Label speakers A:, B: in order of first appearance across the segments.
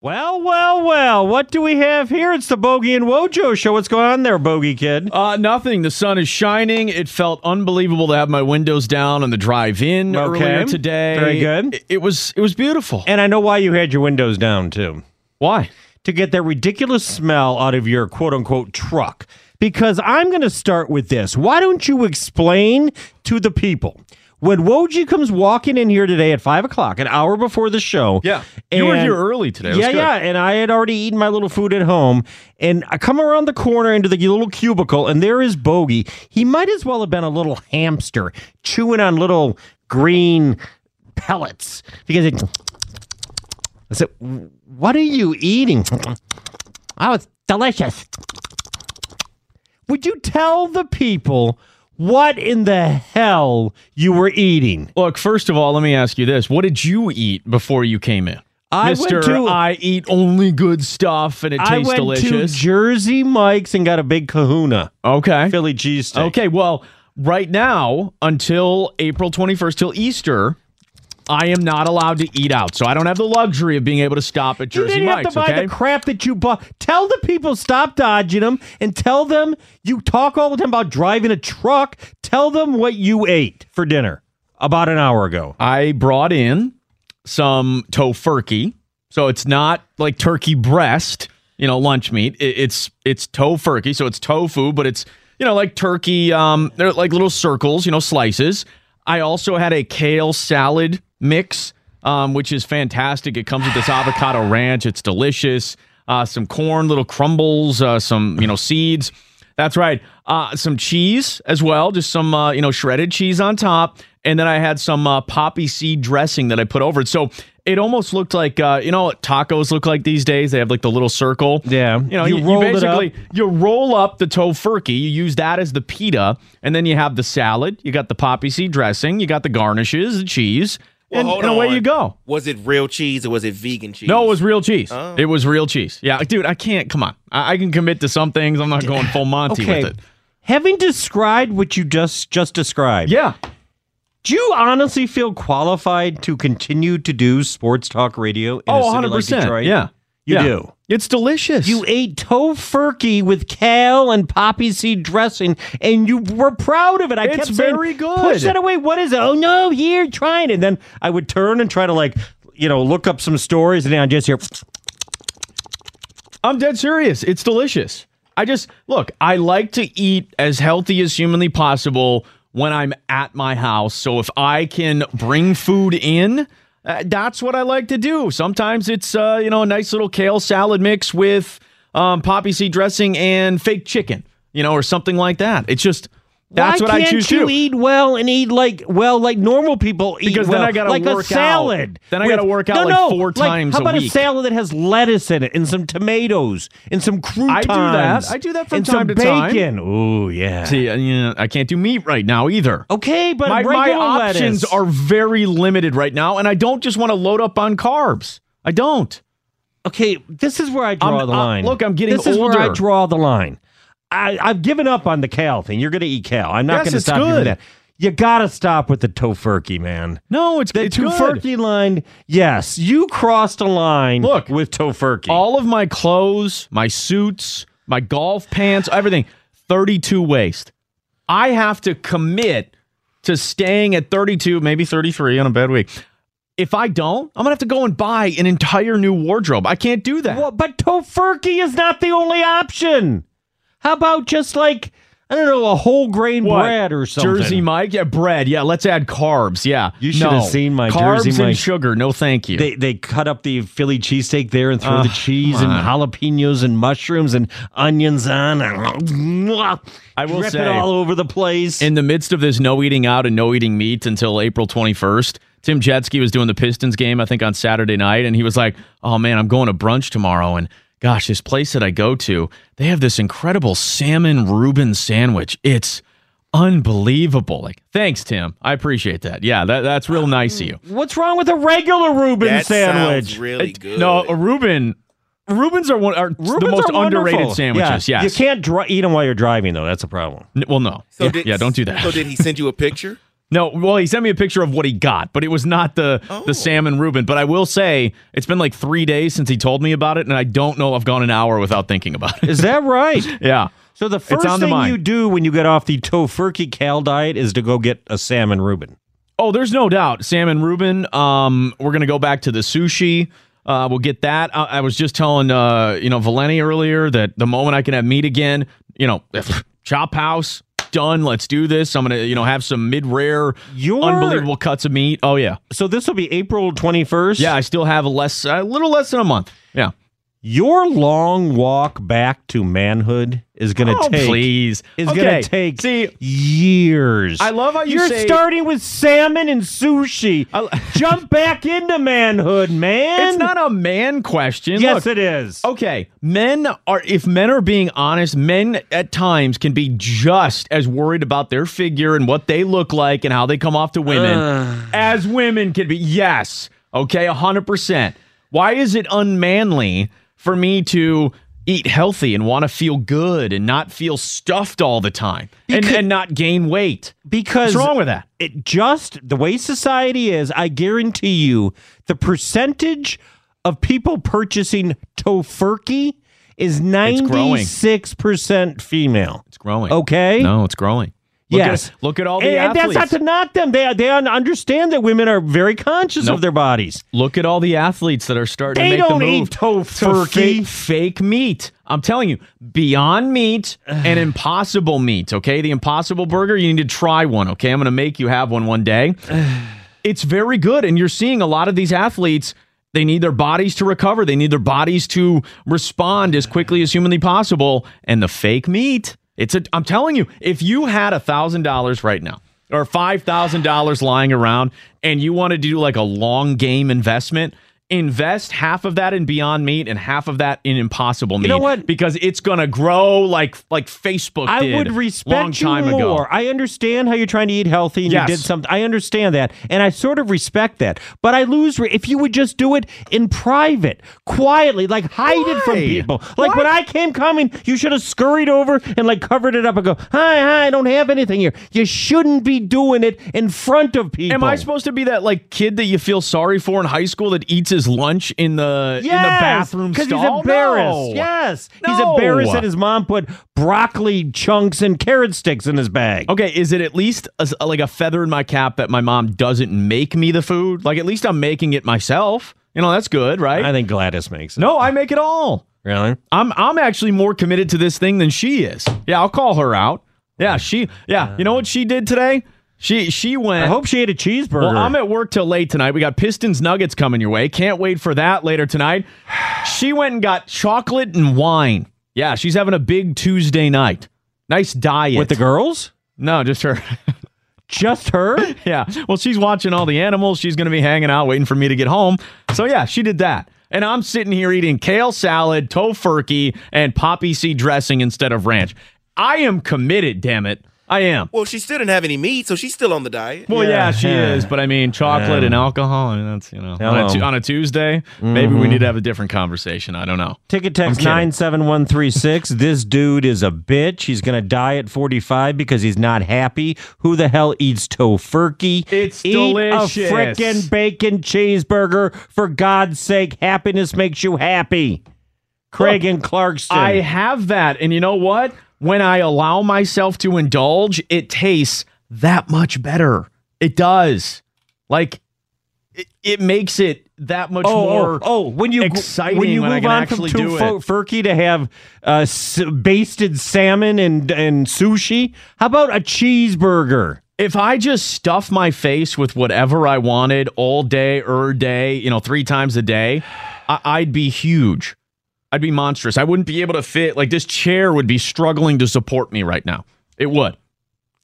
A: Well, well, well. What do we have here? It's the Bogey and Wojo show. What's going on there, Bogey Kid?
B: Uh, nothing. The sun is shining. It felt unbelievable to have my windows down on the drive-in
A: Okay.
B: earlier today.
A: Very good.
B: It, it was it was beautiful.
A: And I know why you had your windows down, too.
B: Why?
A: To get that ridiculous smell out of your quote unquote truck. Because I'm going to start with this. Why don't you explain to the people? When Woji comes walking in here today at five o'clock, an hour before the show.
B: Yeah. You were
A: and-
B: here early today. It was
A: Yeah,
B: good.
A: yeah. And I had already eaten my little food at home. And I come around the corner into the little cubicle, and there is Bogey. He might as well have been a little hamster chewing on little green pellets because it. I said, What are you eating? Oh, it's delicious. Would you tell the people what in the hell you were eating?
B: Look, first of all, let me ask you this: What did you eat before you came in?
A: I went
B: Mister,
A: to-
B: I eat only good stuff, and it
A: I
B: tastes
A: went
B: delicious.
A: to Jersey Mike's and got a big kahuna.
B: okay.
A: Philly cheesesteak.
B: Okay, well, right now until April 21st till Easter, I am not allowed to eat out. So I don't have the luxury of being able to stop at
A: You
B: Jersey
A: didn't have
B: Mike's,
A: to buy
B: okay?
A: the crap that you bought. Tell the people stop dodging them and tell them you talk all the time about driving a truck. Tell them what you ate for dinner about an hour ago.
B: I brought in some tofurkey. So it's not like turkey breast, you know, lunch meat. I- It's it's tofurkey, so it's tofu, but it's you know like turkey. Um, they're like little circles, you know, slices. I also had a kale salad mix, um, which is fantastic. It comes with this avocado ranch. It's delicious. Uh, some corn, little crumbles, uh, some you know seeds. That's right. Uh, some cheese as well, just some uh, you know shredded cheese on top, and then I had some uh, poppy seed dressing that I put over it. So it almost looked like uh, you know what tacos look like these days. They have like the little circle.
A: Yeah.
B: you know
A: You
B: you,
A: rolled it
B: basically you roll up the tofurkey. You use that as the pita, and then you have the salad. You got the poppy seed dressing. You got the garnishes, the cheese,
C: Well,
B: and,
C: hold
B: and away
C: on.
B: you go.
C: Was it real cheese or was it vegan cheese?
B: No, it was real cheese.
C: Oh.
B: It was real cheese. Yeah, dude, I can't. Come on, I, I can commit to some things. I'm not going full Monty
A: Okay.
B: with it.
A: Having described what you just just described,
B: Yeah.
A: do you honestly feel qualified to continue to do sports talk radio in a
B: Oh,
A: city like
B: 100%.
A: Detroit?
B: yeah.
A: You
B: Yeah.
A: do.
B: It's delicious.
A: You ate tofurkey with kale and poppy seed dressing, and you were proud of it. I
B: It's
A: kept saying,
B: very good.
A: Push that away. What is it? Oh no, here, try it. And then I would turn and try to like, you know, look up some stories, and then I just hear.
B: I'm dead serious. It's delicious. I just look, I like to eat as healthy as humanly possible when I'm at my house. So if I can bring food in, uh, that's what I like to do. Sometimes it's uh, you know, a nice little kale salad mix with um, poppy seed dressing and fake chicken, you know, or something like that. It's just that's
A: Why
B: what I
A: can't
B: choose to
A: you
B: do.
A: eat well and eat like well like normal people eat
B: Because then
A: well,
B: I gotta
A: like a
B: work out.
A: salad.
B: Then I
A: with-
B: gotta work out,
A: no,
B: like,
A: no,
B: four times
A: How
B: a
A: about a
B: week.
A: salad that has lettuce in it and some tomatoes and some croutons?
B: I do that from
A: and some
B: time to time.
A: bacon. Ooh yeah.
B: See, uh, yeah, I can't do meat right now either.
A: Okay, but
B: my, my
A: regular
B: options
A: lettuce.
B: are very limited right now, and I don't just want to load up on carbs. I don't.
A: okay. This is where I draw
B: I'm-
A: the
B: uh,
A: line.
B: look, I'm getting
A: this is where I
B: older.
A: draw the line. I, I've given up on the kale thing. You're going to eat kale. I'm not
B: Yes,
A: going to
B: it's
A: stop you from
B: good.
A: that. You got to stop with the tofurkey, man.
B: No, it's
A: The
B: it's
A: tofurkey
B: good.
A: line. Yes, you crossed a line.
B: Look,
A: with tofurkey.
B: All of my clothes, my suits, my golf pants, everything, 32 waist. I have to commit to staying at 32, maybe 33 on a bad week. If I don't, I'm gonna have to go and buy an entire new wardrobe. I can't do that.
A: Well, but tofurkey is not the only option. How about just like I don't know a whole grain
B: What?
A: bread or something?
B: Jersey Mike, yeah, bread, yeah. Let's add carbs, yeah.
A: You should have seen my
B: carbs
A: Jersey Mike-
B: and sugar. No, thank you.
A: They they cut up the Philly cheesesteak there and threw
B: Ugh,
A: the cheese and
B: come
A: jalapenos and mushrooms and onions on. I
B: I will
A: drip
B: say-
A: it all over the place.
B: in the midst of this no eating out and no eating meat until April 21st, Tim Jetsky was doing the Pistons game, I think, on Saturday night, and he was like, "Oh man, I'm going to brunch tomorrow," and gosh, this place that I go to, they have this incredible salmon Reuben sandwich. It's unbelievable. Like, thanks, Tim. I appreciate that. Yeah, that, that's real nice of you.
A: What's wrong with a regular Reuben
C: That
A: sandwich?
C: sounds really
B: It-
C: good.
B: No, a Reuben. Reubens are one are the
A: Reubens
B: most
A: are wonderful.
B: underrated sandwiches.
A: Yeah.
B: Yes.
A: You can't dri- eat them while you're driving, though. That's a problem.
B: N- Well, no.
C: So
B: yeah,
C: did-
B: yeah, don't do that.
C: So did he send you a picture?
B: No, well, he sent me a picture of what he got, but it was not the
A: Oh.
B: the salmon Reuben. But I will say, it's been like three days since he told me about it, and I don't know. I've gone an hour without thinking about it.
A: Is that right?
B: yeah.
A: So the first
B: on the
A: thing
B: mind.
A: you do when you get off the tofurkey cal diet is to go get a salmon Reuben.
B: Oh, there's no doubt, salmon Reuben. Um, we're gonna go back to the sushi. Uh, we'll get that. I, I was just telling uh, you know, Valeni earlier that the moment I can have meat again, you know, chop house done. Let's do this. I'm gonna you know have some mid rare,
A: Your-
B: unbelievable cuts of meat. Oh yeah,
A: So this will be April 21st.
B: yeah. I still have a less, a little less than a month. Yeah.
A: Your long walk back to manhood is going to
B: Oh,
A: take
B: please.
A: is
B: Okay.
A: going to take
B: See,
A: years.
B: I love how you
A: are
B: say-
A: starting with salmon and sushi.
B: I-
A: Jump back into manhood, man.
B: it's not a man question.
A: Yes,
B: Look, oh,
A: it is.
B: okay. Men are, if men are being honest, men at times can be just as worried about their figure and what they look like and how they come off to women
A: Ah.
B: as women can be. Yes. Okay. 100%. Why is it unmanly for me to eat healthy and want to feel good and not feel stuffed all the time and,
A: Because-
B: and not gain weight?
A: Because
B: What's wrong with that?
A: it just the way society is, I guarantee you, the percentage of people purchasing tofurkey is
B: growing.
A: 96% female.
B: It's growing.
A: Okay?
B: No, it's growing. Look
A: Yes.
B: At, look at all the
A: And, and
B: athletes.
A: that's not to knock them. They they understand that women are very conscious
B: Nope.
A: of their bodies.
B: look at all the athletes that are starting
A: They
B: to make
A: don't
B: the move.
A: eat tofurkey.
B: To fa- fake meat. I'm telling you, Beyond Meat and Impossible Meat. Okay, the Impossible Burger. You need to try one. Okay, I'm going to make you have one one day. it's very good, and you're seeing a lot of these athletes. They need their bodies to recover. They need their bodies to respond as quickly as humanly possible. And the fake meat. It's a. I'm telling you, if you had a thousand dollars right now. Or five thousand dollars lying around, and you want to do like a long game investment, invest half of that in Beyond Meat and half of that in Impossible Meat.
A: know what?
B: Because it's gonna grow like like Facebook.
A: I
B: did
A: would
B: long
A: respect
B: time
A: you
B: ago.
A: more. I understand how you're trying to eat healthy and
B: Yes.
A: you did something. I understand that, and I sort of respect that. But I lose re- if you would just do it in private, quietly, like hide it from
B: Why?
A: people. Like when I came coming, you should have scurried over and like covered it up and go, "Hi, hi, I don't have anything here." You shouldn't be doing it in front of people.
B: Am I supposed to be that like kid that you feel sorry for in high school that eats his lunch in the in the bathroom
A: because
B: stall?
A: he's embarrassed.
B: No.
A: Yes, he's
B: No.
A: embarrassed that his mom put broccoli chunks and carrot sticks in his bag.
B: Okay, is it at least a s like a feather in my cap that my mom doesn't make me the food? Like at least I'm making it myself. You know that's good, right?
A: I think Gladys makes it.
B: no, I make it all.
A: really.
B: I'm I'm actually more committed to this thing than she is. Yeah, I'll call her out. Yeah, she. Yeah, you know what she did today? She she went.
A: I hope she ate a cheeseburger.
B: well, I'm at work till late tonight. We got Pistons Nuggets coming your way. Can't wait for that later tonight. She went and got chocolate and wine. Yeah, she's having a big Tuesday night. Nice diet.
A: with the girls?
B: no, just her.
A: Just her?
B: yeah. Well, she's watching all the animals. She's going to be hanging out, waiting for me to get home. So, yeah, she did that. And I'm sitting here eating kale salad, tofurkey, and poppy seed dressing instead of ranch. I am committed, damn it. I am.
C: Well, she still didn't have any meat, so she's still on the diet.
B: Well, yeah, she
A: Yeah.
B: is. But I mean, chocolate
A: Yeah.
B: and alcohol, I mean, that's, you know, on a,
A: Hello.
B: tu- on a Tuesday, maybe
A: Mm-hmm.
B: we need to have a different conversation. I don't know.
A: Ticket text
B: I'm kidding.
A: 97136. this dude is a bitch. He's going to die at 45 because he's not happy. Who the hell eats tofurkey?
B: It's
A: Eat a
B: delicious.
A: frickin' bacon cheeseburger. For God's sake, happiness makes you happy. Craig and Clarkston.
B: I have that. And you know what? When I allow myself to indulge, it tastes that much better. It does. Like, it, it makes it that much
A: oh,
B: more.
A: oh, oh, when you
B: exciting
A: when you
B: when I
A: move
B: can
A: on from
B: actually do it.
A: tofurkey to have uh, s- basted salmon and and sushi, how about a cheeseburger?
B: If I just stuff my face with whatever I wanted all day, er day, you know, three times a day, I, I'd be huge. I'd be monstrous. I wouldn't be able to fit. Like, this chair would be struggling to support me right now. It would.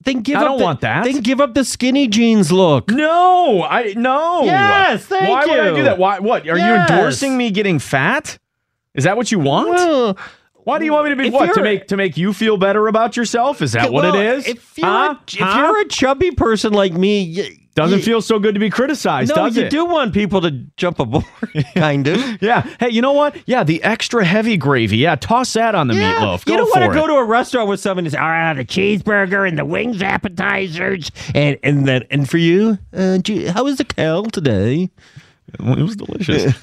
A: Then give
B: I
A: up
B: don't
A: the-
B: want that.
A: Then give up the skinny jeans look.
B: No, I no.
A: Yes, thank
B: Why would I
A: you.
B: do that? Why? What? Are
A: Yes.
B: you endorsing me getting fat? Is that what you want?
A: Well,
B: Why do you want me to be
A: if
B: what? To
A: you're-
B: make to make you feel better about yourself? Is that what
A: well,
B: it is?
A: If you're,
B: Huh?
A: a, if
B: Huh?
A: you're a chubby person like me, you,
B: doesn't
A: you-
B: feel so good to be criticized,
A: No,
B: does
A: you
B: it?
A: do want people to jump aboard, kind of.
B: Yeah. Hey, you know what? Yeah, the extra heavy gravy. Yeah, toss that on the
A: Yeah,
B: meatloaf. Go
A: you don't
B: for
A: want to
B: it.
A: go to a restaurant with someone who's all right, the cheeseburger and the wings appetizers, and and then and for you, uh, gee, how was the kale today?
B: Well, It was delicious.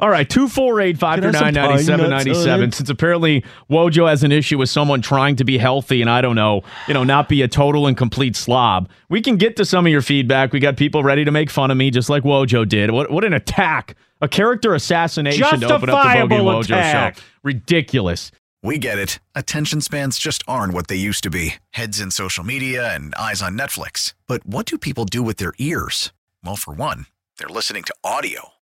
B: All right, 248 539 9797. Since apparently Wojo has an issue with someone trying to be healthy and I don't know, you know, not be a total and complete slob, we can get to some of your feedback. We got people ready to make fun of me just like Wojo did. What, what an attack! A character assassination to open up the Bogey and
A: Justifiable
B: Wojo
A: attack.
B: show. Ridiculous.
D: We get it. Attention spans just aren't what they used to be heads in social media and eyes on Netflix. But what do people do with their ears? Well, for one, they're listening to audio.